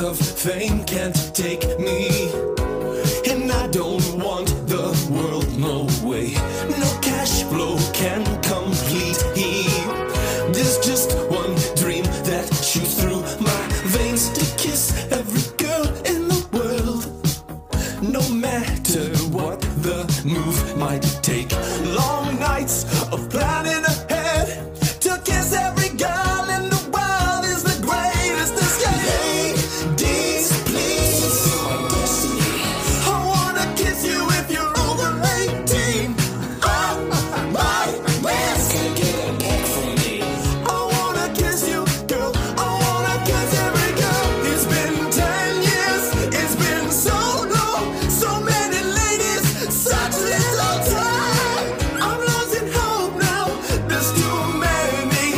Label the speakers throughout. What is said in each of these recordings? Speaker 1: of fame can't take me. And I don't want the world, no way. No cash flow can complete he. There's just one dream that shoots through my veins to kiss every girl in the world. No matter what the move might take, long nights of planning ahead to kiss every girl in the world is the greatest escape. Ladies, please, I wanna kiss you if you're over 18. Oh my mercy, get it back from me. I wanna kiss you, girl. I wanna kiss every girl. It's been 10 years, it's been so long. So many ladies, such little time. I'm losing hope now. There's too many.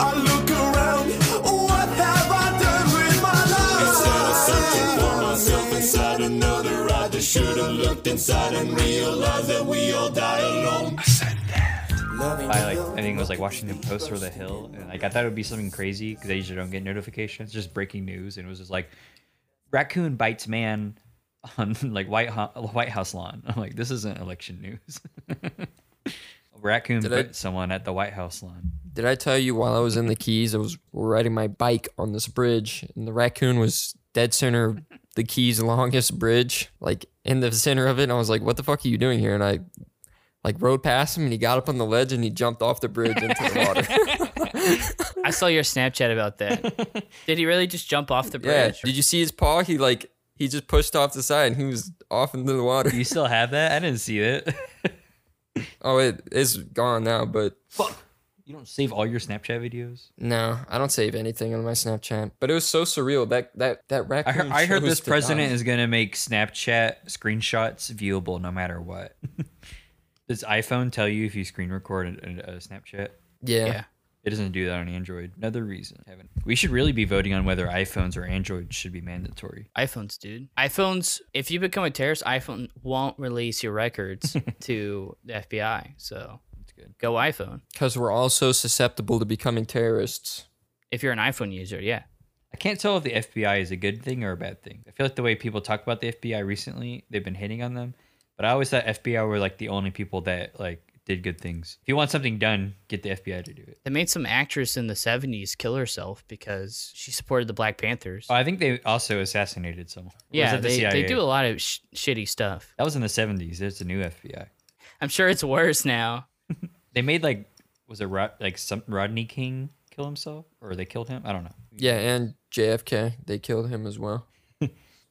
Speaker 1: I look around, what have I done with my life? Instead of searching for myself inside another, I just should have looked inside and realized that we all die alone.
Speaker 2: I like I think it was like Washington Post or The Hill, and like I thought it would be something crazy because I usually don't get notifications, just breaking news, and it was just like raccoon bites man on like White Ho- White House lawn. I'm like, this isn't election news. A raccoon
Speaker 3: Did I-
Speaker 2: bit someone at the White House lawn.
Speaker 3: Did I tell you while I was in the Keys, I was riding my bike on this bridge, and the raccoon was dead center of the Keys' longest bridge, like in the center of it. And I was like, "What the fuck are you doing here?" And I like rode past him, and he got up on the ledge, and he jumped off the bridge into the water.
Speaker 4: I saw your Snapchat about that. Did he really just jump off the
Speaker 3: yeah.
Speaker 4: bridge?
Speaker 3: Did you see his paw? He like he just pushed off the side, and he was off into the water.
Speaker 2: You still have that? I didn't see it.
Speaker 3: Oh, it is gone now, but
Speaker 2: you don't save all your Snapchat videos.
Speaker 3: no, I don't save anything on my Snapchat. But it was so surreal that that that
Speaker 2: I
Speaker 3: raccoon.
Speaker 2: heard, I heard
Speaker 3: chose
Speaker 2: this
Speaker 3: to die.
Speaker 2: president is gonna make Snapchat screenshots viewable no matter what. Does iPhone tell you if you screen record a, a Snapchat?
Speaker 3: yeah.
Speaker 2: It doesn't do that on Android. Another reason. Kevin. We should really be voting on whether iPhones or Android should be mandatory.
Speaker 4: iPhones, dude. iPhones. If you become a terrorist, iPhone won't release your records to the FBI. So
Speaker 2: good.
Speaker 4: Go iPhone.
Speaker 3: because we're all so susceptible to becoming terrorists.
Speaker 4: If you're an iPhone user, yeah.
Speaker 2: I can't tell if the FBI is a good thing or a bad thing. I feel like the way people talk about the FBI recently, they've been hitting on them. But I always thought FBI were like the only people that like did good things. If you want something done, get the FBI to do it.
Speaker 4: They made some actress in the '70s kill herself because she supported the Black Panthers.
Speaker 2: Oh, I think they also assassinated someone. Or was
Speaker 4: yeah,
Speaker 2: that the
Speaker 4: they, they
Speaker 2: CIA?
Speaker 4: do a lot of sh- shitty stuff.
Speaker 2: That was in the 70s. There's the new FBI.
Speaker 4: I'm sure it's worse now.
Speaker 2: They made like was it Rod, like some Rodney King kill himself or they killed him? I don't know.
Speaker 3: Yeah, and JFK, they killed him as well.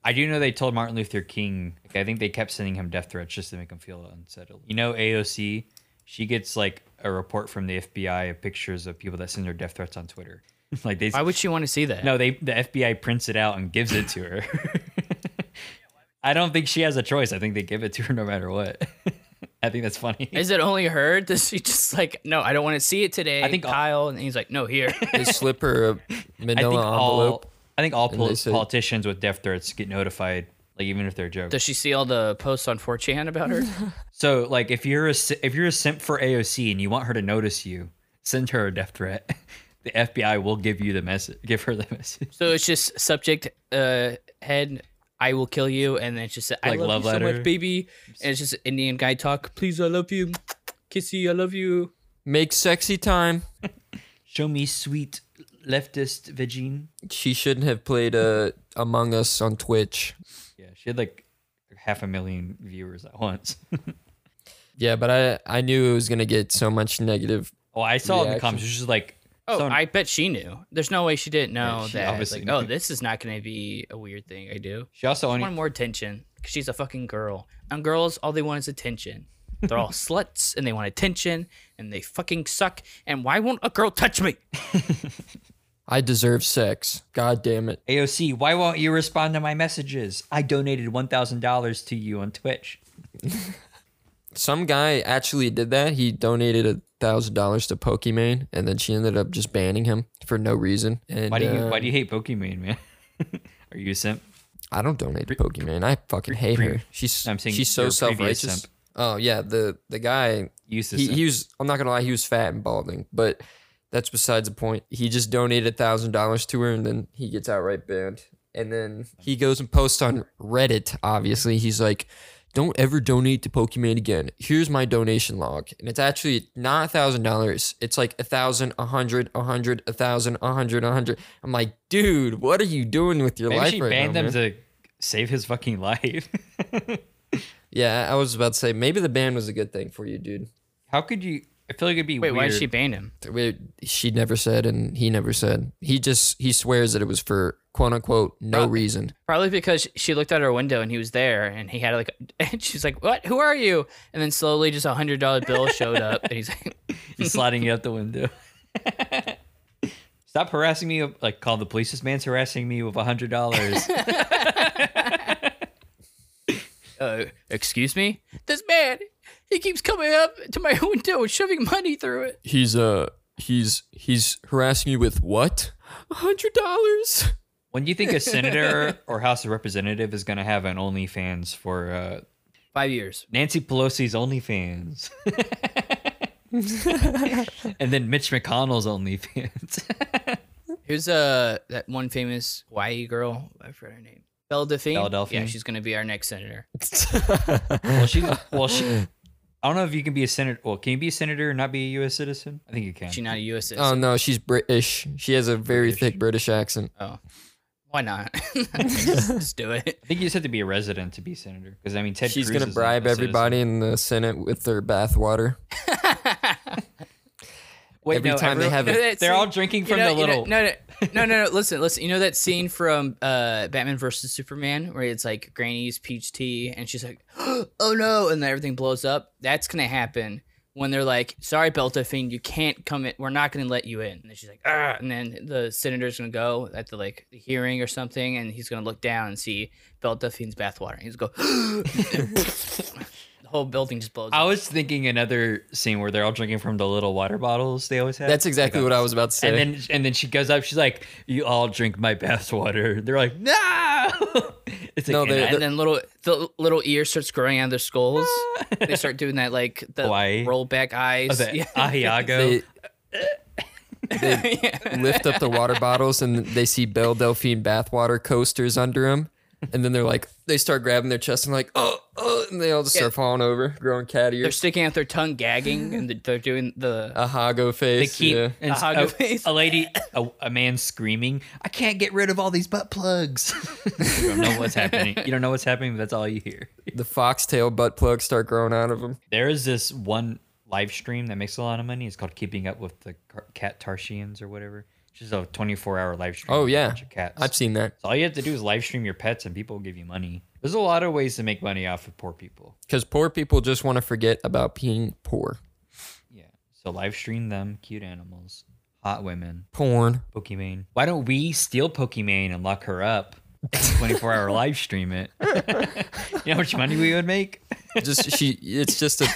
Speaker 2: I do know they told Martin Luther King. Like, I think they kept sending him death threats just to make him feel unsettled. You know, AOC, she gets like a report from the FBI of pictures of people that send her death threats on Twitter. like they
Speaker 4: Why would she want to see that?
Speaker 2: no, they the FBI prints it out and gives it to her. I don't think she has a choice. I think they give it to her no matter what. I think that's funny.
Speaker 4: Is it only her? Does she just like no? I don't want to see it today.
Speaker 2: I think-
Speaker 4: Kyle and he's like no here.
Speaker 3: They slip her a
Speaker 2: I think
Speaker 3: uh, manila
Speaker 2: all
Speaker 3: envelope.
Speaker 2: I think all
Speaker 3: And
Speaker 2: pol-
Speaker 3: they said-
Speaker 2: politicians with death threats get notified, like even if they're jokes.
Speaker 4: Does she see all the posts on 4chan about her?
Speaker 2: So like if you're a si- if you're a simp for AOC and you want her to notice you, send her a death threat. The FBI will give you the message. Give her the message.
Speaker 4: So it's just subject uh, head. I will kill you, and then it's just I
Speaker 2: Like
Speaker 4: love,
Speaker 2: love
Speaker 4: you so
Speaker 2: letter.
Speaker 4: much, baby. And it's just Indian guy talk. Please, I love you, kissy, I love you.
Speaker 3: Make sexy time.
Speaker 2: Show me sweet leftist vagine.
Speaker 3: She shouldn't have played uh, Among Us on Twitch.
Speaker 2: Yeah, she had like half a million viewers at once.
Speaker 3: Yeah, but I I knew it was gonna get so much negative.
Speaker 2: oh, I saw in the
Speaker 3: Reaction.
Speaker 2: comments. She's just like,
Speaker 4: Oh,
Speaker 2: someone-
Speaker 4: I bet she knew. There's no way she didn't know
Speaker 2: Yeah, she
Speaker 4: that.
Speaker 2: obviously
Speaker 4: Like,
Speaker 2: knew.
Speaker 4: oh, this is not going to be a weird thing I do.
Speaker 2: she also
Speaker 4: She wanted
Speaker 2: only
Speaker 4: more attention because she's a fucking girl, and girls all they want is attention. They're all sluts, and they want attention, and they fucking suck. And why won't a girl touch me?
Speaker 3: I deserve sex. God damn it.
Speaker 2: AOC. Why won't you respond to my messages? I donated one thousand dollars to you on Twitch.
Speaker 3: Some guy actually did that. He donated a thousand dollars to Pokimane, and then she ended up just banning him for no reason. And
Speaker 2: Why do you Why
Speaker 3: uh,
Speaker 2: do you hate Pokemon, man? Are you a simp?
Speaker 3: I don't donate to Pokemon. I fucking hate
Speaker 2: pre-
Speaker 3: her. She's
Speaker 2: I'm saying
Speaker 3: she's
Speaker 2: your
Speaker 3: so
Speaker 2: previous
Speaker 3: self righteous.
Speaker 2: simp.
Speaker 3: Oh yeah, the the guy
Speaker 2: Use this.
Speaker 3: he, he was I'm not gonna lie, he was fat and balding, but that's besides the point. He just donated a thousand dollars to her and then he gets outright banned. And then he goes and posts on Reddit, obviously. He's like, don't ever donate to Pokemon again. Here's my donation log. And it's actually not a thousand dollars. It's like a thousand, a hundred, a hundred, a thousand, a hundred, a hundred. I'm like, dude, what are you doing with your
Speaker 2: Maybe
Speaker 3: life
Speaker 2: she
Speaker 3: right
Speaker 2: banned
Speaker 3: now?
Speaker 2: them
Speaker 3: man?"
Speaker 2: to save his fucking life.
Speaker 3: yeah, I was about to say maybe the ban was a good thing for you, dude.
Speaker 2: How could you? I feel like it'd be
Speaker 4: Wait,
Speaker 2: weird.
Speaker 4: why did she ban him?
Speaker 3: We- She never said, and he never said. He just he swears that it was for quote unquote no
Speaker 4: Probably.
Speaker 3: reason.
Speaker 4: Probably because she looked out her window and he was there, and he had like, and she's like, "What? Who are you?" And then slowly, just a hundred dollar bill showed up, and he's like,
Speaker 2: He's sliding it out the window. Stop harassing me. Like, call the police. This man's harassing me with a hundred dollars.
Speaker 4: uh, "Excuse me, this man, he keeps coming up to my window and shoving money through it."
Speaker 3: He's uh he's he's harassing you with what? A hundred dollars.
Speaker 2: When do you think a senator or House of Representative is going to have an OnlyFans for uh,
Speaker 4: Five years.
Speaker 2: Nancy Pelosi's OnlyFans? and then Mitch McConnell's OnlyFans.
Speaker 4: Here's uh that one famous Hawaii girl. I forgot her name. Belle Delphine.
Speaker 2: Belle Delphine.
Speaker 4: Yeah, she's gonna be our next senator.
Speaker 2: well, she. Well, she. I don't know if you can be a senator. Well, can you be a senator and not be a U.S. citizen? I think you can.
Speaker 4: She's not a U.S. citizen.
Speaker 3: Oh no, she's British. She has a very
Speaker 2: British.
Speaker 3: thick British accent.
Speaker 4: oh, why not? just, just do it.
Speaker 2: I think you just have to be a resident to be senator. Because I mean, Ted.
Speaker 3: She's
Speaker 2: Cruz
Speaker 3: gonna
Speaker 2: is not a
Speaker 3: bribe
Speaker 2: citizen.
Speaker 3: everybody in the Senate with their bathwater.
Speaker 2: Wait,
Speaker 3: Every
Speaker 2: no,
Speaker 3: time they
Speaker 2: everyone-
Speaker 3: have it,
Speaker 4: That
Speaker 2: They're all
Speaker 4: scene-
Speaker 2: drinking
Speaker 4: you
Speaker 2: from
Speaker 4: know-
Speaker 2: the
Speaker 4: you know-
Speaker 2: little.
Speaker 4: no, no, no, no, no. Listen, listen. You know that scene from uh, Batman versus Superman where it's like Granny's peach tea, and she's like, "Oh no!" and then everything blows up. That's gonna happen when they're like, "Sorry, Beltafine, you can't come in. We're not gonna let you in." And then she's like, "Ah!" And then the senator's gonna go at the like the hearing or something, and he's gonna look down and see Beltafine's bathwater, and he's gonna go. the whole building just blows
Speaker 2: I
Speaker 4: up.
Speaker 2: was thinking another scene where they're all drinking from the little water bottles they always have.
Speaker 3: That's exactly what I was about to say.
Speaker 2: And then and then she goes up. She's like, "You all drink my bath water." They're like, "No." it's
Speaker 3: No,
Speaker 2: like,
Speaker 3: they're-
Speaker 2: and I-
Speaker 4: and then little the little ear starts growing out of their skulls. they start doing that like the
Speaker 2: Hawaii.
Speaker 4: roll back eyes.
Speaker 2: oh, the
Speaker 4: yeah.
Speaker 2: Ahiago.
Speaker 3: they, they lift up the water bottles and they see Belle Delphine bathwater coasters under them. And then they're like, they start grabbing their chest and like, oh, oh, and they all just start falling over, growing cat
Speaker 4: They're
Speaker 3: ears.
Speaker 4: sticking out their tongue, gagging, and they're doing the. uh,
Speaker 3: A hago
Speaker 2: They
Speaker 3: face.
Speaker 2: keep
Speaker 3: yeah.
Speaker 2: and s-
Speaker 4: Ahiago
Speaker 2: a,
Speaker 4: face.
Speaker 2: a lady, a, a man screaming, "I can't get rid of all these butt plugs." you don't know what's happening. You don't know what's happening, but that's all you hear.
Speaker 3: The foxtail butt plugs start growing out of them.
Speaker 2: There is this one live stream that makes a lot of money. It's called Keeping Up with the Car- Cat Tarshians or whatever. It's just a 24 hour live stream.
Speaker 3: Oh,
Speaker 2: with a
Speaker 3: yeah.
Speaker 2: bunch of cats.
Speaker 3: I've seen that.
Speaker 2: so all you have to do is live stream your pets and people will give you money. There's a lot of ways to make money off of poor people.
Speaker 3: Because poor people just want to forget about being poor.
Speaker 2: Yeah. So live stream them, cute animals, hot women,
Speaker 3: Porn.
Speaker 2: Pokimane. Why don't we steal Pokimane and lock her up? 24 hour live stream it. you know how much money we would make?
Speaker 3: Just she. It's just a.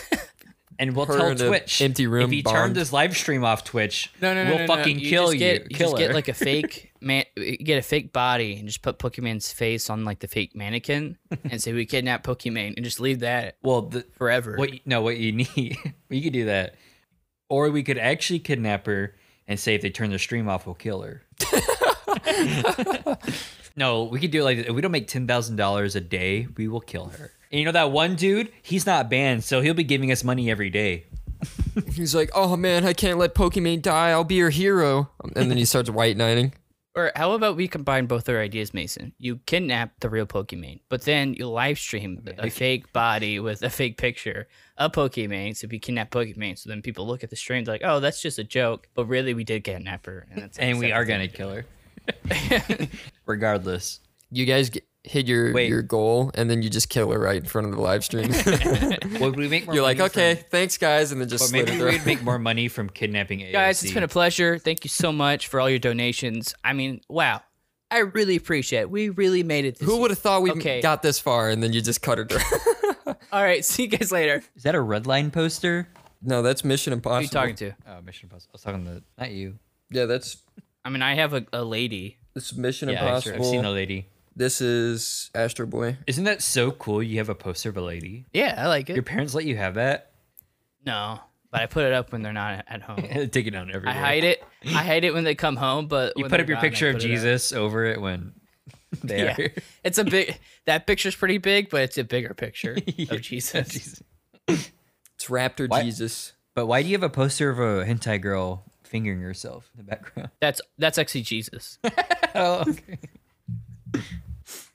Speaker 2: And we'll
Speaker 3: Her
Speaker 2: tell
Speaker 3: in a
Speaker 2: Twitch.
Speaker 3: empty
Speaker 2: If
Speaker 3: room
Speaker 2: he
Speaker 3: bond.
Speaker 2: turned his live stream off Twitch,
Speaker 4: No, no, no,
Speaker 2: we'll
Speaker 4: no, no.
Speaker 2: fucking
Speaker 4: You
Speaker 2: kill
Speaker 4: just
Speaker 2: you.
Speaker 4: Get, you
Speaker 2: kill
Speaker 4: just
Speaker 2: her.
Speaker 4: get like a fake man, you get a fake body, and just put Pokemon's face on like the fake mannequin, and say we kidnapped Pokemon, and just leave that
Speaker 2: Well, the,
Speaker 4: forever.
Speaker 2: what you, no, what you need, we could do that, or we could actually kidnap her and say if they turn their stream off, we'll kill her. no, we could do it like if we don't make ten thousand dollars a day, we will kill her. And you know that one dude, he's not banned, so he'll be giving us money every day.
Speaker 3: He's like, oh man, I can't let Pokemon die. I'll be your hero. And then he starts white knighting.
Speaker 4: Or how about we combine both our ideas, Mason? You kidnap the real Pokemon, but then you live stream a fake body with a fake picture of Pokemon. So we kidnap Pokemon. So then people look at the stream, they're like, oh, that's just a joke. But really, we did kidnap her. And, that's
Speaker 2: And we
Speaker 4: acceptable.
Speaker 2: are gonna kill her, regardless.
Speaker 3: You guys get, hit your
Speaker 2: Wait.
Speaker 3: your goal, and then you just kill her right in front of the live stream.
Speaker 2: Would we make more
Speaker 3: You're like,
Speaker 2: money from-
Speaker 3: okay, thanks guys, and then just
Speaker 2: but
Speaker 3: slit
Speaker 2: maybe
Speaker 3: her throat.
Speaker 2: we'd make more money from kidnapping AOC.
Speaker 4: Guys, it's been a pleasure. Thank you so much for all your donations. I mean, wow. I really appreciate it. We really made it. This
Speaker 3: Who would have thought we
Speaker 4: Okay.
Speaker 3: got this far, and then you just cut her throat?
Speaker 4: All right. See you guys later.
Speaker 2: Is that a red line poster?
Speaker 3: no, that's Mission Impossible.
Speaker 4: Who you talking to?
Speaker 2: Oh, Mission Impossible. I was talking to not you.
Speaker 3: Yeah, that's
Speaker 4: I mean, I have a, a lady.
Speaker 3: this is Mission
Speaker 2: Yeah, I've-
Speaker 3: Impossible.
Speaker 2: I've seen a lady.
Speaker 3: this is Astro Boy.
Speaker 2: Isn't that so cool? You have a poster of a lady.
Speaker 4: Yeah, I like it.
Speaker 2: Your parents let you have that.
Speaker 4: no, but I put it up when they're not at home.
Speaker 2: Take it down everywhere.
Speaker 4: I hide it. I hide it when they come home, but
Speaker 2: You
Speaker 4: when
Speaker 2: put
Speaker 4: they're
Speaker 2: up your
Speaker 4: gone, I
Speaker 2: picture of
Speaker 4: put it up.
Speaker 2: Jesus over it when They
Speaker 4: Yeah.
Speaker 2: are.
Speaker 4: It's a big. that picture's pretty big, but it's a bigger picture of Jesus.
Speaker 3: It's Raptor
Speaker 2: Why-
Speaker 3: Jesus.
Speaker 2: But why do you have a poster of a hentai girl fingering herself in the background?
Speaker 4: That's that's actually Jesus.
Speaker 2: Oh, okay.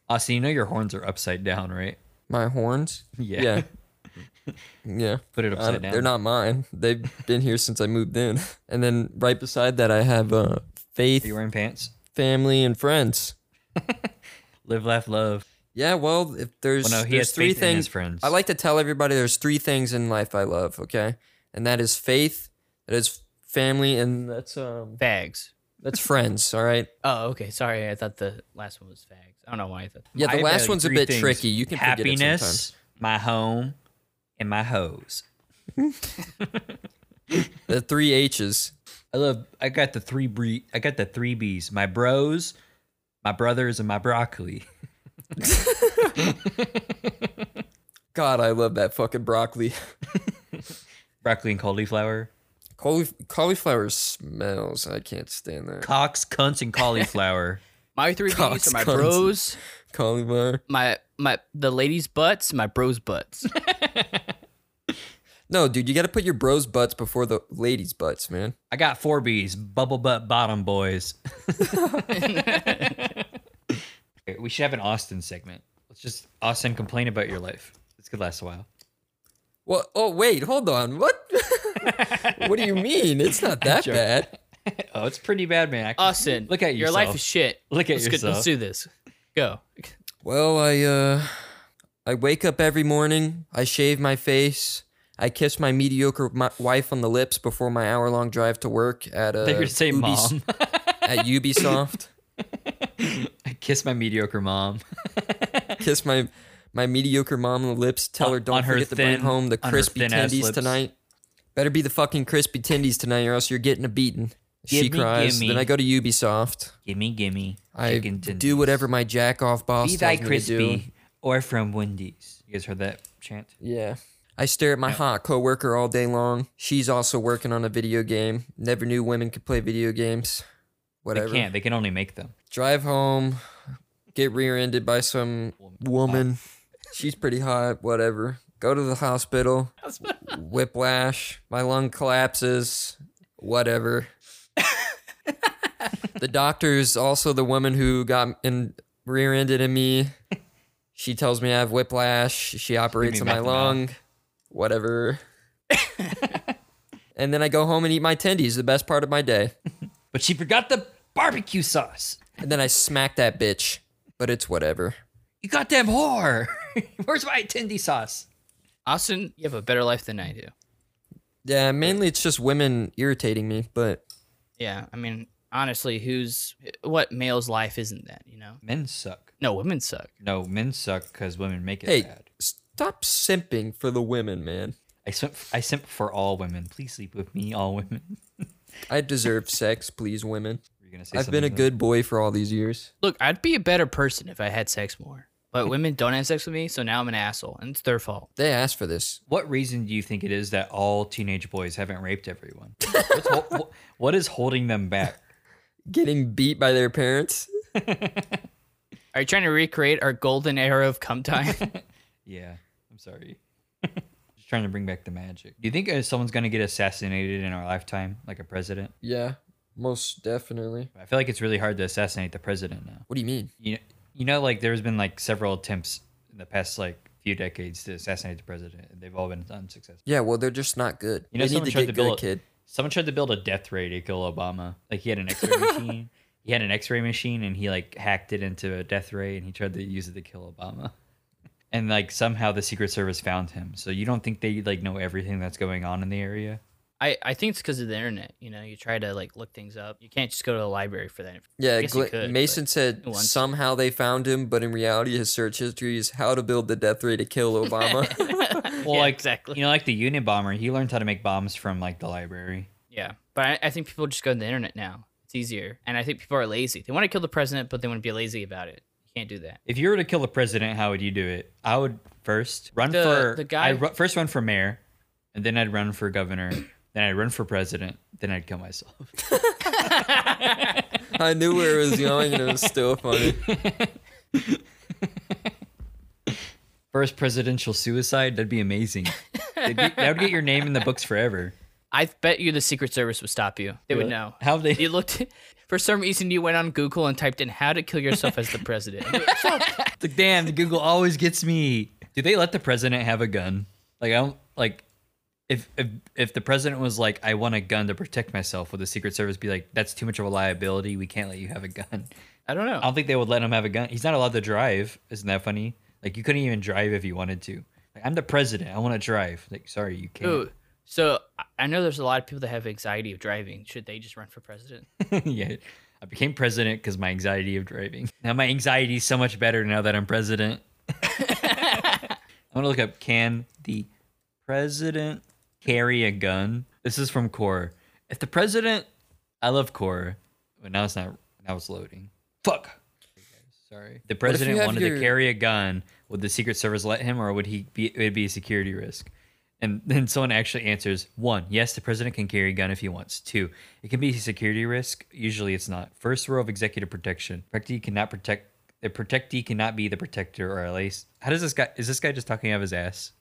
Speaker 2: Austin, you know your horns are upside down, right?
Speaker 3: My horns?
Speaker 2: Yeah.
Speaker 3: Yeah. yeah.
Speaker 2: Put
Speaker 4: Uh,
Speaker 2: it
Speaker 3: I
Speaker 2: upside
Speaker 3: don't-
Speaker 2: down.
Speaker 3: They're not mine. They've been here since I moved in. And then right beside that, I have uh, faith,
Speaker 2: Are you wearing pants?
Speaker 3: family, and friends.
Speaker 2: Live, laugh, love.
Speaker 3: Yeah, well, if there's,
Speaker 2: Well, no, he
Speaker 3: there's
Speaker 2: has
Speaker 3: three
Speaker 2: faith in
Speaker 3: things.
Speaker 2: his friends.
Speaker 3: I like to tell everybody there's three things in life I love, okay? And that is faith, that is family, and that's um
Speaker 4: Fags.
Speaker 3: that's friends, all right?
Speaker 4: Oh, okay. Sorry, I thought the last one was fags. I don't know why I thought.
Speaker 3: Yeah, the
Speaker 2: I
Speaker 3: last
Speaker 2: value
Speaker 3: one's a
Speaker 2: three
Speaker 3: bit
Speaker 2: things.
Speaker 3: tricky. You can forget it sometimes.
Speaker 2: happiness, my home, and my hose.
Speaker 3: The three H's.
Speaker 2: I love. I got the three bre- I got the three B's. My bros, my brothers, and my broccoli.
Speaker 3: God, I love that fucking broccoli.
Speaker 2: Broccoli and cauliflower.
Speaker 3: Caulif- cauliflower smells. I can't stand that.
Speaker 2: Cocks, cunts, and cauliflower.
Speaker 4: My three
Speaker 3: Cocks,
Speaker 4: B's are my
Speaker 3: cunts.
Speaker 4: bros,
Speaker 3: cauliflower.
Speaker 4: my my the ladies' butts, my bros' butts.
Speaker 3: No, dude, you got to put your bros' butts before the ladies' butts, man.
Speaker 2: I got four B's. Bubble butt bottom boys. Okay, we should have an Austin segment. Let's just Austin complain about your life. This could last a while.
Speaker 3: Well, oh wait, hold on. What? what do you mean? It's not that
Speaker 2: joking.
Speaker 3: bad.
Speaker 2: Oh, it's pretty bad, man. I can-
Speaker 4: Austin,
Speaker 2: Look at
Speaker 4: your life
Speaker 2: yourself.
Speaker 4: is shit.
Speaker 2: Look at
Speaker 4: let's Go,
Speaker 2: yourself.
Speaker 4: let's do this. Go.
Speaker 3: Well, I uh, I wake up every morning. I shave my face. I kiss my mediocre my wife on the lips before my hour-long drive to work at uh,
Speaker 2: They're gonna say
Speaker 3: Ubis-
Speaker 2: mom.
Speaker 3: at Ubisoft.
Speaker 2: I kiss my mediocre mom.
Speaker 3: kiss my my mediocre mom on the lips. Tell her
Speaker 2: On-
Speaker 3: don't
Speaker 2: on her
Speaker 3: forget to bring
Speaker 2: thin-
Speaker 3: home the
Speaker 2: on her
Speaker 3: crispy
Speaker 2: thin-ass
Speaker 3: tendies
Speaker 2: lips.
Speaker 3: tonight. Better be the fucking crispy tendies tonight, or else you're getting a beating. she
Speaker 2: Gimme,
Speaker 3: cries.
Speaker 2: gimme.
Speaker 3: Then I go to Ubisoft.
Speaker 2: gimme, gimme.
Speaker 3: I
Speaker 2: chicken tendies.
Speaker 3: do whatever my jack off boss
Speaker 2: Be thy
Speaker 3: tells me to do.
Speaker 2: crispy or from Wendy's. You guys heard that chant?
Speaker 3: Yeah. I stare at my hot coworker all day long. She's also working on a video game. Never knew women could play video games. Whatever.
Speaker 2: They can't. They can only make them.
Speaker 3: Drive home. Get rear-ended by some woman. She's pretty hot. Whatever. Go to the hospital. Whiplash. My lung collapses. Whatever. the doctor's also the woman who got in rear-ended in me. She tells me I have whiplash. She operates
Speaker 2: mean
Speaker 3: on my
Speaker 2: back to mouth.
Speaker 3: lung. Whatever. and then I go home and eat my tendies, the best part of my day.
Speaker 2: But she forgot the barbecue sauce.
Speaker 3: And then I smack that bitch. But it's whatever.
Speaker 2: You goddamn whore. Where's my attendee sauce?
Speaker 4: Austin, you have a better life than I do.
Speaker 3: Yeah, mainly it's just women irritating me, but
Speaker 4: Yeah, I mean, honestly, who's what male's life isn't that? You know,
Speaker 2: Men suck.
Speaker 4: no, women suck.
Speaker 2: No, men suck because women make it
Speaker 3: hey,
Speaker 2: bad.
Speaker 3: stop simping for the women, man.
Speaker 2: I simp, I simp for all women. Please sleep with me, all women.
Speaker 3: I deserve sex, please, women.
Speaker 2: Were you gonna say
Speaker 3: I've been a
Speaker 2: something, though?
Speaker 3: good boy for all these years.
Speaker 4: Look, I'd be a better person if I had sex more. But women don't have sex with me, so now I'm an asshole, and it's their fault.
Speaker 3: They asked for this.
Speaker 2: What reason do you think it is that all teenage boys haven't raped everyone? What's hol- wh- what is holding them back?
Speaker 3: Getting beat by their parents.
Speaker 4: Are you trying to recreate our golden era of cum time?
Speaker 2: Yeah, I'm sorry. Just trying to bring back the magic. Do you think uh, someone's gonna get assassinated in our lifetime, like a president?
Speaker 3: Yeah, most definitely.
Speaker 2: I feel like it's really hard to assassinate the president now.
Speaker 3: What do you mean?
Speaker 2: You you know, like there's been like several attempts in the past like few decades to assassinate the president, and they've all been unsuccessful.
Speaker 3: Yeah, well, they're just not good.
Speaker 2: You know,
Speaker 3: they need
Speaker 2: someone
Speaker 3: to
Speaker 2: tried
Speaker 3: get
Speaker 2: to
Speaker 3: good,
Speaker 2: build
Speaker 3: kid.
Speaker 2: Someone tried to build a death ray to kill Obama. Like he had an X-ray machine. He had an X-ray machine, and he like hacked it into a death ray, and he tried to use it to kill Obama. And like somehow the Secret Service found him. So you don't think they like know everything that's going on in the area?
Speaker 4: I, I think it's because of the internet. You know, you try to like look things up. You can't just go to the library for that. information.
Speaker 3: Yeah,
Speaker 4: guess you
Speaker 3: Gla-
Speaker 4: could, but
Speaker 3: Mason said
Speaker 4: wants to.
Speaker 3: somehow they found him, but in reality, his search history is how to build the death ray to kill Obama.
Speaker 2: Well,
Speaker 4: Yeah,
Speaker 2: like
Speaker 4: exactly.
Speaker 2: You know, like the Unabomber, he learned how to make bombs from like the library.
Speaker 4: Yeah, but I, I think people just go to the internet now. It's easier, and I think people are lazy. They want to kill the president, but they want to be lazy about it. You can't do that.
Speaker 2: If you were to kill a president, how would you do it? I would first run
Speaker 4: The-
Speaker 2: for
Speaker 4: the guy-
Speaker 2: I'd ru- first run for mayor, and then I'd run for governor, then I'd run for president, then I'd kill myself.
Speaker 3: I knew where it was going, and it was still funny.
Speaker 2: First presidential suicide? That'd be amazing. That'd be- that would get your name in the books forever.
Speaker 4: I bet you the Secret Service would stop you. They would know.
Speaker 2: How they?
Speaker 4: You looked for some reason you went on Google and typed in how to kill yourself as the president.
Speaker 2: Like, damn, the Google always gets me. Do they let the president have a gun? Like I don't like if if if the president was like, I want a gun to protect myself, would the Secret Service be like, that's too much of a liability. We can't let you have a gun.
Speaker 4: I don't know.
Speaker 2: I don't think they would let him have a gun. He's not allowed to drive. Isn't that funny? Like you couldn't even drive if you wanted to. Like I'm the president. I want to drive. Like sorry, you can't.
Speaker 4: Ooh, so I- I know there's a lot of people that have anxiety of driving. Should they just run for president?
Speaker 2: yeah. I became president because my anxiety of driving. Now my anxiety is so much better now that I'm president. I'm gonna look up can the president carry a gun? This is from Core. If the president, I love Core, but now it's not. Now it's loading. Fuck. Sorry. The president
Speaker 3: have
Speaker 2: wanted
Speaker 3: your-
Speaker 2: to carry a gun. Would the Secret Service let him, or would he be? It would be a security risk. And then someone actually answers one, yes, the president can carry a gun if he wants. Two, it can be a security risk. Usually it's not. First rule of executive protection. Protectee cannot protect the protectee cannot be the protector or at least how does this guy is this guy just talking out of his ass?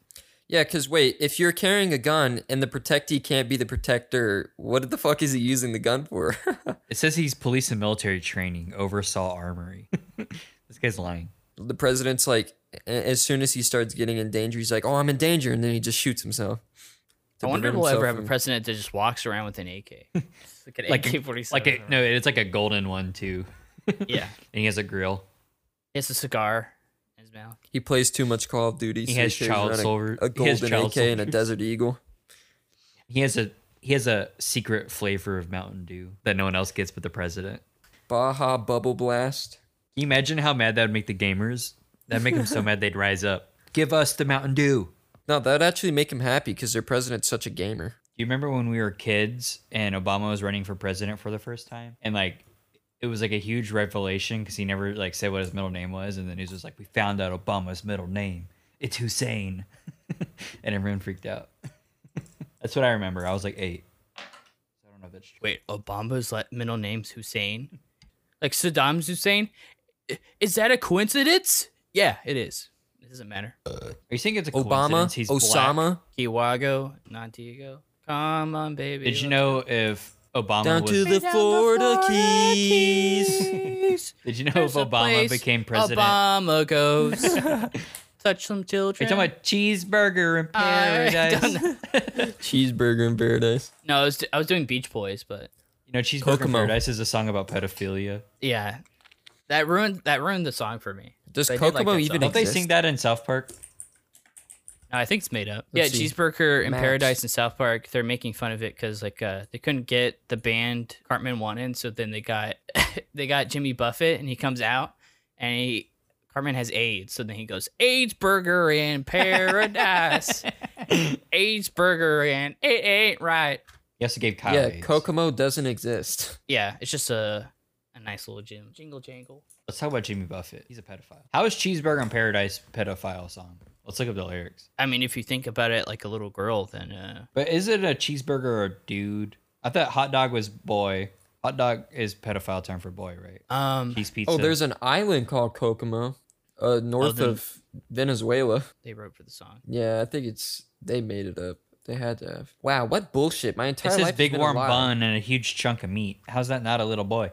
Speaker 3: Yeah, because wait, if you're carrying a gun and the protectee can't be the protector, what the fuck is he using the gun for?
Speaker 2: It says he's police and military training, oversaw armory. this guy's lying.
Speaker 3: the president's like, a- as soon as he starts getting in danger, he's like, oh, I'm in danger. And then he just shoots himself.
Speaker 4: I
Speaker 3: to
Speaker 4: wonder if
Speaker 3: prevent
Speaker 4: we'll ever
Speaker 3: himself
Speaker 4: have a
Speaker 3: from-
Speaker 4: president that just walks around with an AK. It's like an
Speaker 2: Like a-
Speaker 4: AK-47.
Speaker 2: Like a, no, it's like a golden one too.
Speaker 4: yeah.
Speaker 2: And he has a grill.
Speaker 4: He has a cigar in his mouth.
Speaker 3: He plays too much Call of Duty. so
Speaker 2: has
Speaker 3: carries
Speaker 2: child
Speaker 3: around a-
Speaker 2: soldier-
Speaker 3: A
Speaker 2: he has
Speaker 3: golden
Speaker 2: child
Speaker 3: AK and a Desert Eagle.
Speaker 2: He has a he has a secret flavor of Mountain Dew that no one else gets but the president.
Speaker 3: Baja Bubble Blast.
Speaker 2: Can you imagine how mad that would make the gamers? That'd make them so mad they'd rise up. Give us the Mountain Dew.
Speaker 3: No, that'd actually make him happy because their president's such a gamer.
Speaker 2: Do you remember when we were kids and Obama was running for president for the first time? And like it was like a huge revelation because he never like said what his middle name was, and the news was like, We found out Obama's middle name. It's Hussein. and everyone freaked out. That's what I remember. I was like eight. So I don't know if that's true.
Speaker 4: Wait, Obama's la- middle name's Hussein? Like Saddam Hussein? I- Is that a coincidence? Yeah, it is. It doesn't matter.
Speaker 2: Are you saying it's a
Speaker 3: Obama,
Speaker 2: coincidence? He's black?
Speaker 3: Osama,
Speaker 4: Kiwago, not Diego. Come on, baby.
Speaker 2: Did you
Speaker 4: let's
Speaker 2: know if Obama
Speaker 3: down
Speaker 2: was
Speaker 3: to the Florida Keys.
Speaker 4: Keys.
Speaker 2: Did you know
Speaker 4: There's a
Speaker 2: if Obama
Speaker 4: place
Speaker 2: became president?
Speaker 4: Obama goes. Touch some
Speaker 2: Are
Speaker 4: children.
Speaker 2: you talking about cheeseburger in
Speaker 4: Uh, I
Speaker 2: paradise?
Speaker 4: don't know.
Speaker 3: Cheeseburger in Paradise.
Speaker 4: No, I was, I was doing Beach Boys, but
Speaker 2: You know, cheeseburger in
Speaker 3: Kokomo.
Speaker 2: paradise is a song about pedophilia.
Speaker 4: yeah, that ruined that ruined the song for me.
Speaker 3: Does
Speaker 4: But I did like
Speaker 3: Kokomo
Speaker 4: that
Speaker 3: even
Speaker 4: song.
Speaker 2: Don't they
Speaker 3: Exist.
Speaker 2: sing that in South Park?
Speaker 4: No, I think it's made up.
Speaker 3: Let's
Speaker 4: yeah,
Speaker 3: see.
Speaker 4: Cheeseburger in
Speaker 3: Maps.
Speaker 4: Paradise and South Park, they're making fun of it because like uh, they couldn't get the band Cartman wanted, so then they got they got Jimmy Buffett, and he comes out and he Cartman has AIDS, so then he goes AIDS burger in paradise, AIDS burger and it ain't right.
Speaker 2: He also gave Kyle.
Speaker 3: yeah,
Speaker 2: AIDS.
Speaker 3: Kokomo doesn't exist.
Speaker 4: Yeah, it's just a a nice little gym jingle jangle.
Speaker 2: Let's talk about Jimmy Buffett. He's a pedophile. How is Cheeseburger in Paradise pedophile song? Let's look up the lyrics.
Speaker 4: I mean, if you think about it, like a little girl, then uh,
Speaker 2: But is it a cheeseburger or a dude? I thought hot dog was boy. Hot dog is pedophile term for boy, right?
Speaker 4: um,
Speaker 2: Cheese pizza.
Speaker 3: Oh, there's an island called Kokomo, uh, north
Speaker 4: then-
Speaker 3: of Venezuela.
Speaker 4: they wrote for the song.
Speaker 3: Yeah, I think it's they made it up. They had to have. Wow, what bullshit! My
Speaker 2: it
Speaker 3: entire life
Speaker 2: says
Speaker 3: has
Speaker 2: big
Speaker 3: been a
Speaker 2: warm
Speaker 3: lie.
Speaker 2: bun and a huge chunk of meat. How's that not a little boy?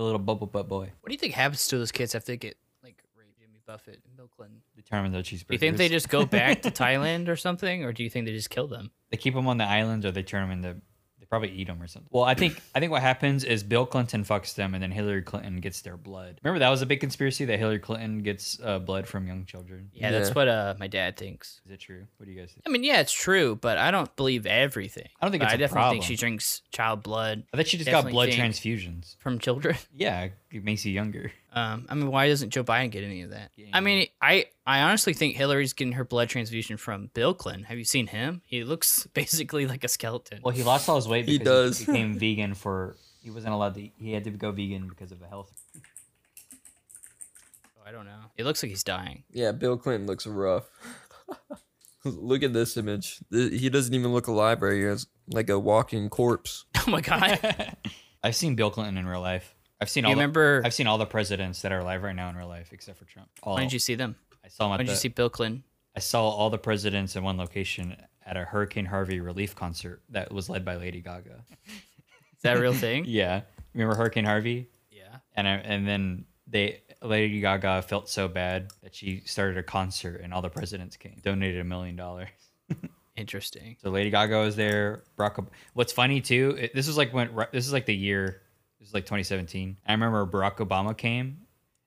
Speaker 2: A little bubble butt boy.
Speaker 4: What do you think happens to those kids after they get like raped, Jimmy Buffett, and Bill Clinton?
Speaker 2: Determine the cheeseburger.
Speaker 4: Do you think they just go back to Thailand or something, or do you think they just kill them?
Speaker 2: they keep them on the island or they turn them into they probably eat them or something. Well, I think I think what happens is Bill Clinton fucks them and then Hillary Clinton gets their blood. Remember that was a big conspiracy that Hillary Clinton gets uh, blood from young children.
Speaker 4: Yeah, that's
Speaker 3: Yeah.
Speaker 4: what uh my dad thinks.
Speaker 2: Is it true? What do you guys think?
Speaker 4: I mean, yeah, it's true, but I don't believe everything.
Speaker 2: I don't think
Speaker 4: But
Speaker 2: it's
Speaker 4: I
Speaker 2: a
Speaker 4: definitely think
Speaker 2: problem.
Speaker 4: she drinks child blood
Speaker 2: I bet she just got
Speaker 4: Definitely
Speaker 2: blood
Speaker 4: think-
Speaker 2: transfusions.
Speaker 4: from children.
Speaker 2: Yeah, it makes you younger.
Speaker 4: Um, I mean, why doesn't Joe Biden get any of that?
Speaker 2: Yeah,
Speaker 4: I mean, I I honestly think Hillary's getting her blood transfusion from Bill Clinton. Have you seen him? He looks basically like a skeleton.
Speaker 2: Well, he lost all his weight
Speaker 3: He
Speaker 2: because he,
Speaker 3: does.
Speaker 2: became vegan for he wasn't allowed to. He had to go vegan because of a health.
Speaker 4: I don't know. It looks like he's dying.
Speaker 3: Yeah, Bill Clinton looks rough. look at this image. Th- He doesn't even look alive right here. It's like a walking corpse.
Speaker 4: Oh my god.
Speaker 2: I've seen Bill Clinton in real life. I've seen
Speaker 4: You
Speaker 2: all. the-
Speaker 4: remember?
Speaker 2: I've seen all the presidents that are alive right now in real life, except for Trump. All.
Speaker 4: When did you see them?
Speaker 2: I saw them at
Speaker 4: When did you
Speaker 2: the-
Speaker 4: see Bill Clinton?
Speaker 2: I saw all the presidents in one location at a Hurricane Harvey relief concert that was led by Lady Gaga.
Speaker 4: Is that a real thing?
Speaker 2: Yeah, remember Hurricane Harvey?
Speaker 4: yeah.
Speaker 2: And I, and then they Lady Gaga felt so bad that she started a concert, and all the presidents came, donated a million dollars.
Speaker 4: Interesting.
Speaker 2: So Lady Gaga was there. Barack. Ob- What's funny too? It, this is like when ri- this is like the year. This is like 2017. I remember Barack Obama came,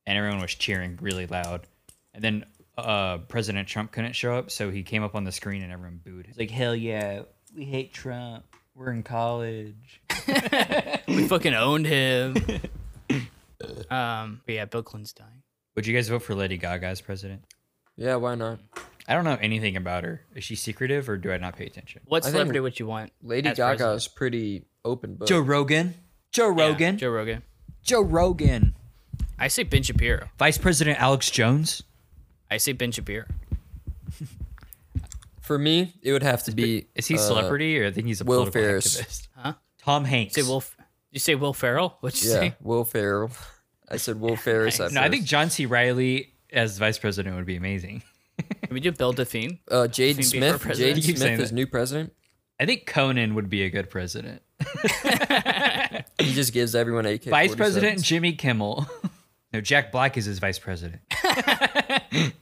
Speaker 2: and everyone was cheering really loud. And then uh, President Trump couldn't show up, so he came up on the screen and everyone booed. It's like hell yeah, we hate Trump. We're in college.
Speaker 4: We fucking owned him. um, but yeah, Bill Clinton's dying.
Speaker 2: Would you guys vote for Lady Gaga as president?
Speaker 3: Yeah, why not?
Speaker 2: I don't know anything about her. Is she secretive, or do I not pay attention?
Speaker 4: What
Speaker 3: I think
Speaker 4: celebrity would you want?
Speaker 3: Lady
Speaker 4: as
Speaker 3: Gaga
Speaker 4: president?
Speaker 3: is pretty open book.
Speaker 2: Joe Rogan. Joe
Speaker 4: Yeah,
Speaker 2: Rogan.
Speaker 4: Joe Rogan.
Speaker 2: Joe Rogan.
Speaker 4: I say Ben Shapiro.
Speaker 2: Vice President Alex Jones.
Speaker 4: I say Ben Shapiro.
Speaker 3: For me, it would have to be
Speaker 2: Is he
Speaker 3: uh,
Speaker 2: celebrity or I think he's a
Speaker 3: Will
Speaker 2: political
Speaker 3: Ferris.
Speaker 2: activist?
Speaker 4: Huh?
Speaker 2: Tom Hanks.
Speaker 4: Say Will. F- You say Will Ferrell? What'd you
Speaker 3: Yeah,
Speaker 4: say?
Speaker 3: Will Ferrell. I said Will Ferris. at
Speaker 2: no, I
Speaker 3: first.
Speaker 2: think John C. Riley as vice president would be amazing.
Speaker 4: Can we do Bill Define?
Speaker 3: uh, Jaden
Speaker 4: Think before
Speaker 3: Smith.
Speaker 4: president.
Speaker 3: Jaden
Speaker 2: Keep
Speaker 3: Smith
Speaker 2: saying
Speaker 3: is
Speaker 2: that.
Speaker 3: new president.
Speaker 2: I think Conan would be a good president.
Speaker 3: He just gives everyone AK.
Speaker 2: Vice President Jimmy Kimmel. no, Jack Black is his vice president.
Speaker 4: What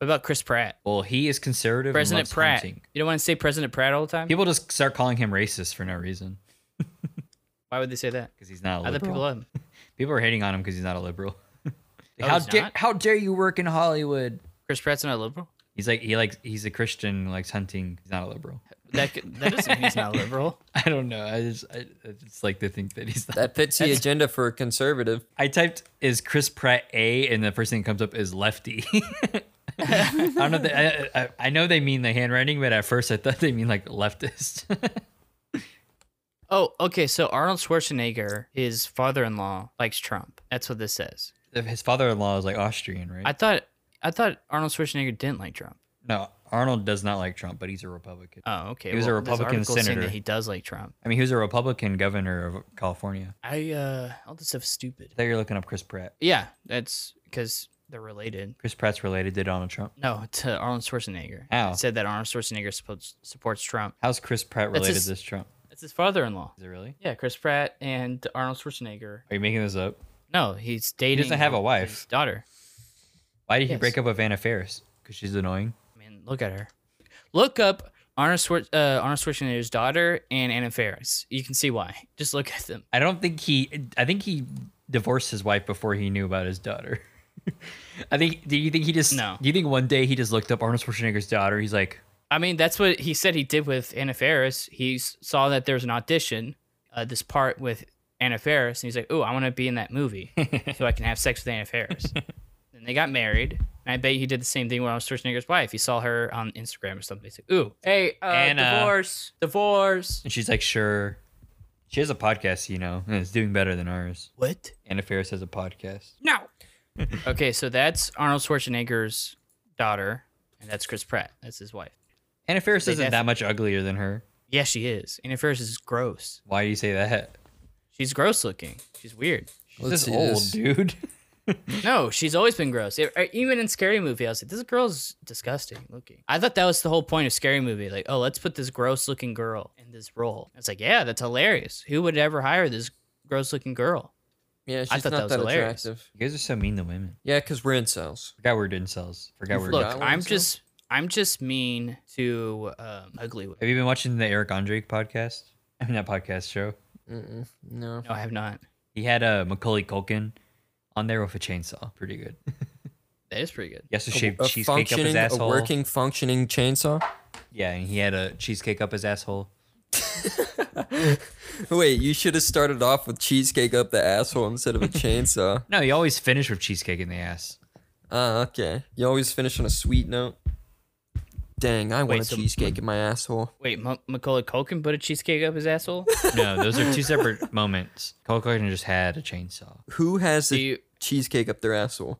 Speaker 4: about Chris Pratt?
Speaker 2: Well, he is conservative. and
Speaker 4: President
Speaker 2: loves
Speaker 4: Pratt.
Speaker 2: hunting.
Speaker 4: You don't want to say President Pratt all the time?
Speaker 2: People just start calling him racist for no reason
Speaker 4: Why would they say that?
Speaker 2: because he's not a
Speaker 4: Other
Speaker 2: liberal.
Speaker 4: people love him.
Speaker 2: people are hating on him because he's not a liberal. Like,
Speaker 4: Oh,
Speaker 2: how
Speaker 4: he's
Speaker 2: dare
Speaker 4: not?
Speaker 2: how dare you work in Hollywood?
Speaker 4: Chris Pratt's not a liberal?
Speaker 2: He's like he likes he's a Christian, likes hunting. He's not a liberal.
Speaker 4: That, could- that doesn't mean he's not a liberal.
Speaker 2: I don't know. I just I, it's like to think that he's not.
Speaker 3: That fits the agenda for a conservative.
Speaker 2: I typed is Chris Pratt A, and the first thing that comes up is Lefty. I don't know. if They, I, I, I know they mean the handwriting, but at first I thought they mean like leftist.
Speaker 4: Oh, okay. So Arnold Schwarzenegger, his father-in-law, likes Trump. That's what this says.
Speaker 2: His father-in-law is like Austrian, right?
Speaker 4: I thought I thought Arnold Schwarzenegger didn't like Trump.
Speaker 2: no, Arnold does not like Trump, but he's a Republican.
Speaker 4: Oh, okay.
Speaker 2: He was a
Speaker 4: well, this
Speaker 2: Republican
Speaker 4: article's saying
Speaker 2: senator.
Speaker 4: That he does like Trump.
Speaker 2: I mean, he was a Republican governor of California.
Speaker 4: I uh, all this stuff is stupid.
Speaker 2: I thought you're looking up Chris Pratt.
Speaker 4: Yeah, that's because they're related.
Speaker 2: Chris Pratt's related to Donald Trump.
Speaker 4: No, to Arnold Schwarzenegger.
Speaker 2: How?
Speaker 4: It said that Arnold Schwarzenegger supports supports Trump.
Speaker 2: How's Chris Pratt
Speaker 4: That's
Speaker 2: related
Speaker 4: his-
Speaker 2: to this Trump?
Speaker 4: That's his father-in-law.
Speaker 2: Is it really?
Speaker 4: Yeah, Chris Pratt and Arnold Schwarzenegger.
Speaker 2: Are you making this up?
Speaker 4: No, he's dating.
Speaker 2: have a wife.
Speaker 4: His daughter.
Speaker 2: Why did he
Speaker 4: Yes.
Speaker 2: break up with Anna Faris? Because she's annoying.
Speaker 4: I mean, look at her. Look up Arnold, Schwar- uh, Arnold Schwarzenegger's daughter and Anna Faris. You can see why. Just look at them.
Speaker 2: I don't think he. I think he divorced his wife before he knew about his daughter. I think. Do you think he just?
Speaker 4: No.
Speaker 2: Do you think one day he just looked up Arnold Schwarzenegger's daughter? He's like,
Speaker 4: I mean, that's what he said he did with Anna Faris. He s- saw that there was an audition, uh, this part with Anna Faris, and he's like, "Oh, I want to be in that movie, so I can have sex with Anna Faris." and they got married. And I bet he did the same thing with Arnold Schwarzenegger's wife. He saw her on Instagram or something. He's like, "Ooh, hey, uh,
Speaker 2: Anna."
Speaker 4: divorce, divorce."
Speaker 2: and she's like, sure. She has a podcast, you know, and it's doing better than ours.
Speaker 4: What?
Speaker 2: Anna Faris has a podcast.
Speaker 4: No. okay, so that's Arnold Schwarzenegger's daughter, and that's Chris Pratt. That's his wife.
Speaker 2: Anna Faris
Speaker 4: They
Speaker 2: isn't that much uglier than her.
Speaker 4: Yeah, she is. Anna Faris is gross.
Speaker 2: Why do you say that?
Speaker 4: She's gross looking. She's weird.
Speaker 2: She's
Speaker 3: Let's
Speaker 2: just
Speaker 3: see
Speaker 2: old,
Speaker 3: this.
Speaker 2: dude.
Speaker 4: No, she's always been gross. E- Even in Scary Movie, I was like, this girl's disgusting looking. I thought that was the whole point of Scary Movie. Like, oh, let's put this gross looking girl in this role. It's like, yeah, that's hilarious. Who would ever hire this gross looking girl?
Speaker 3: Yeah, she's
Speaker 4: thought that
Speaker 3: not
Speaker 4: was
Speaker 3: that,
Speaker 4: hilarious.
Speaker 3: attractive.
Speaker 2: You guys are so mean to women.
Speaker 3: Yeah, because we're incels.
Speaker 2: Forgot we're incels. Forgot we're.
Speaker 4: Look,
Speaker 2: incels.
Speaker 3: what
Speaker 4: I'm
Speaker 3: you said?
Speaker 4: just. I'm just mean to um, ugly women.
Speaker 2: Have you been watching the Eric Andre podcast? I mean, that podcast show.
Speaker 3: No.
Speaker 4: No, I have not.
Speaker 2: He had a uh, Macaulay Culkin on there with a chainsaw. Pretty good.
Speaker 4: That is pretty good.
Speaker 2: He has to
Speaker 3: A-
Speaker 2: shave
Speaker 3: a
Speaker 2: cheesecake up his
Speaker 3: functioning,
Speaker 2: asshole.
Speaker 3: a working, functioning chainsaw.
Speaker 2: Yeah, and he had a cheesecake up his asshole.
Speaker 3: Wait, you should have started off with cheesecake up the asshole instead of a chainsaw.
Speaker 2: No, you always finish with cheesecake in the ass.
Speaker 3: Ah, okay. You always finish on a sweet note. Dang, I want
Speaker 4: Wait,
Speaker 3: a
Speaker 4: so-
Speaker 3: cheesecake in my asshole.
Speaker 4: Wait, M- Macaulay Culkin put a cheesecake up his asshole?
Speaker 2: No, those are two separate moments. Cole Carter just had a chainsaw.
Speaker 3: Who has the
Speaker 4: Do you-
Speaker 3: cheesecake up their asshole?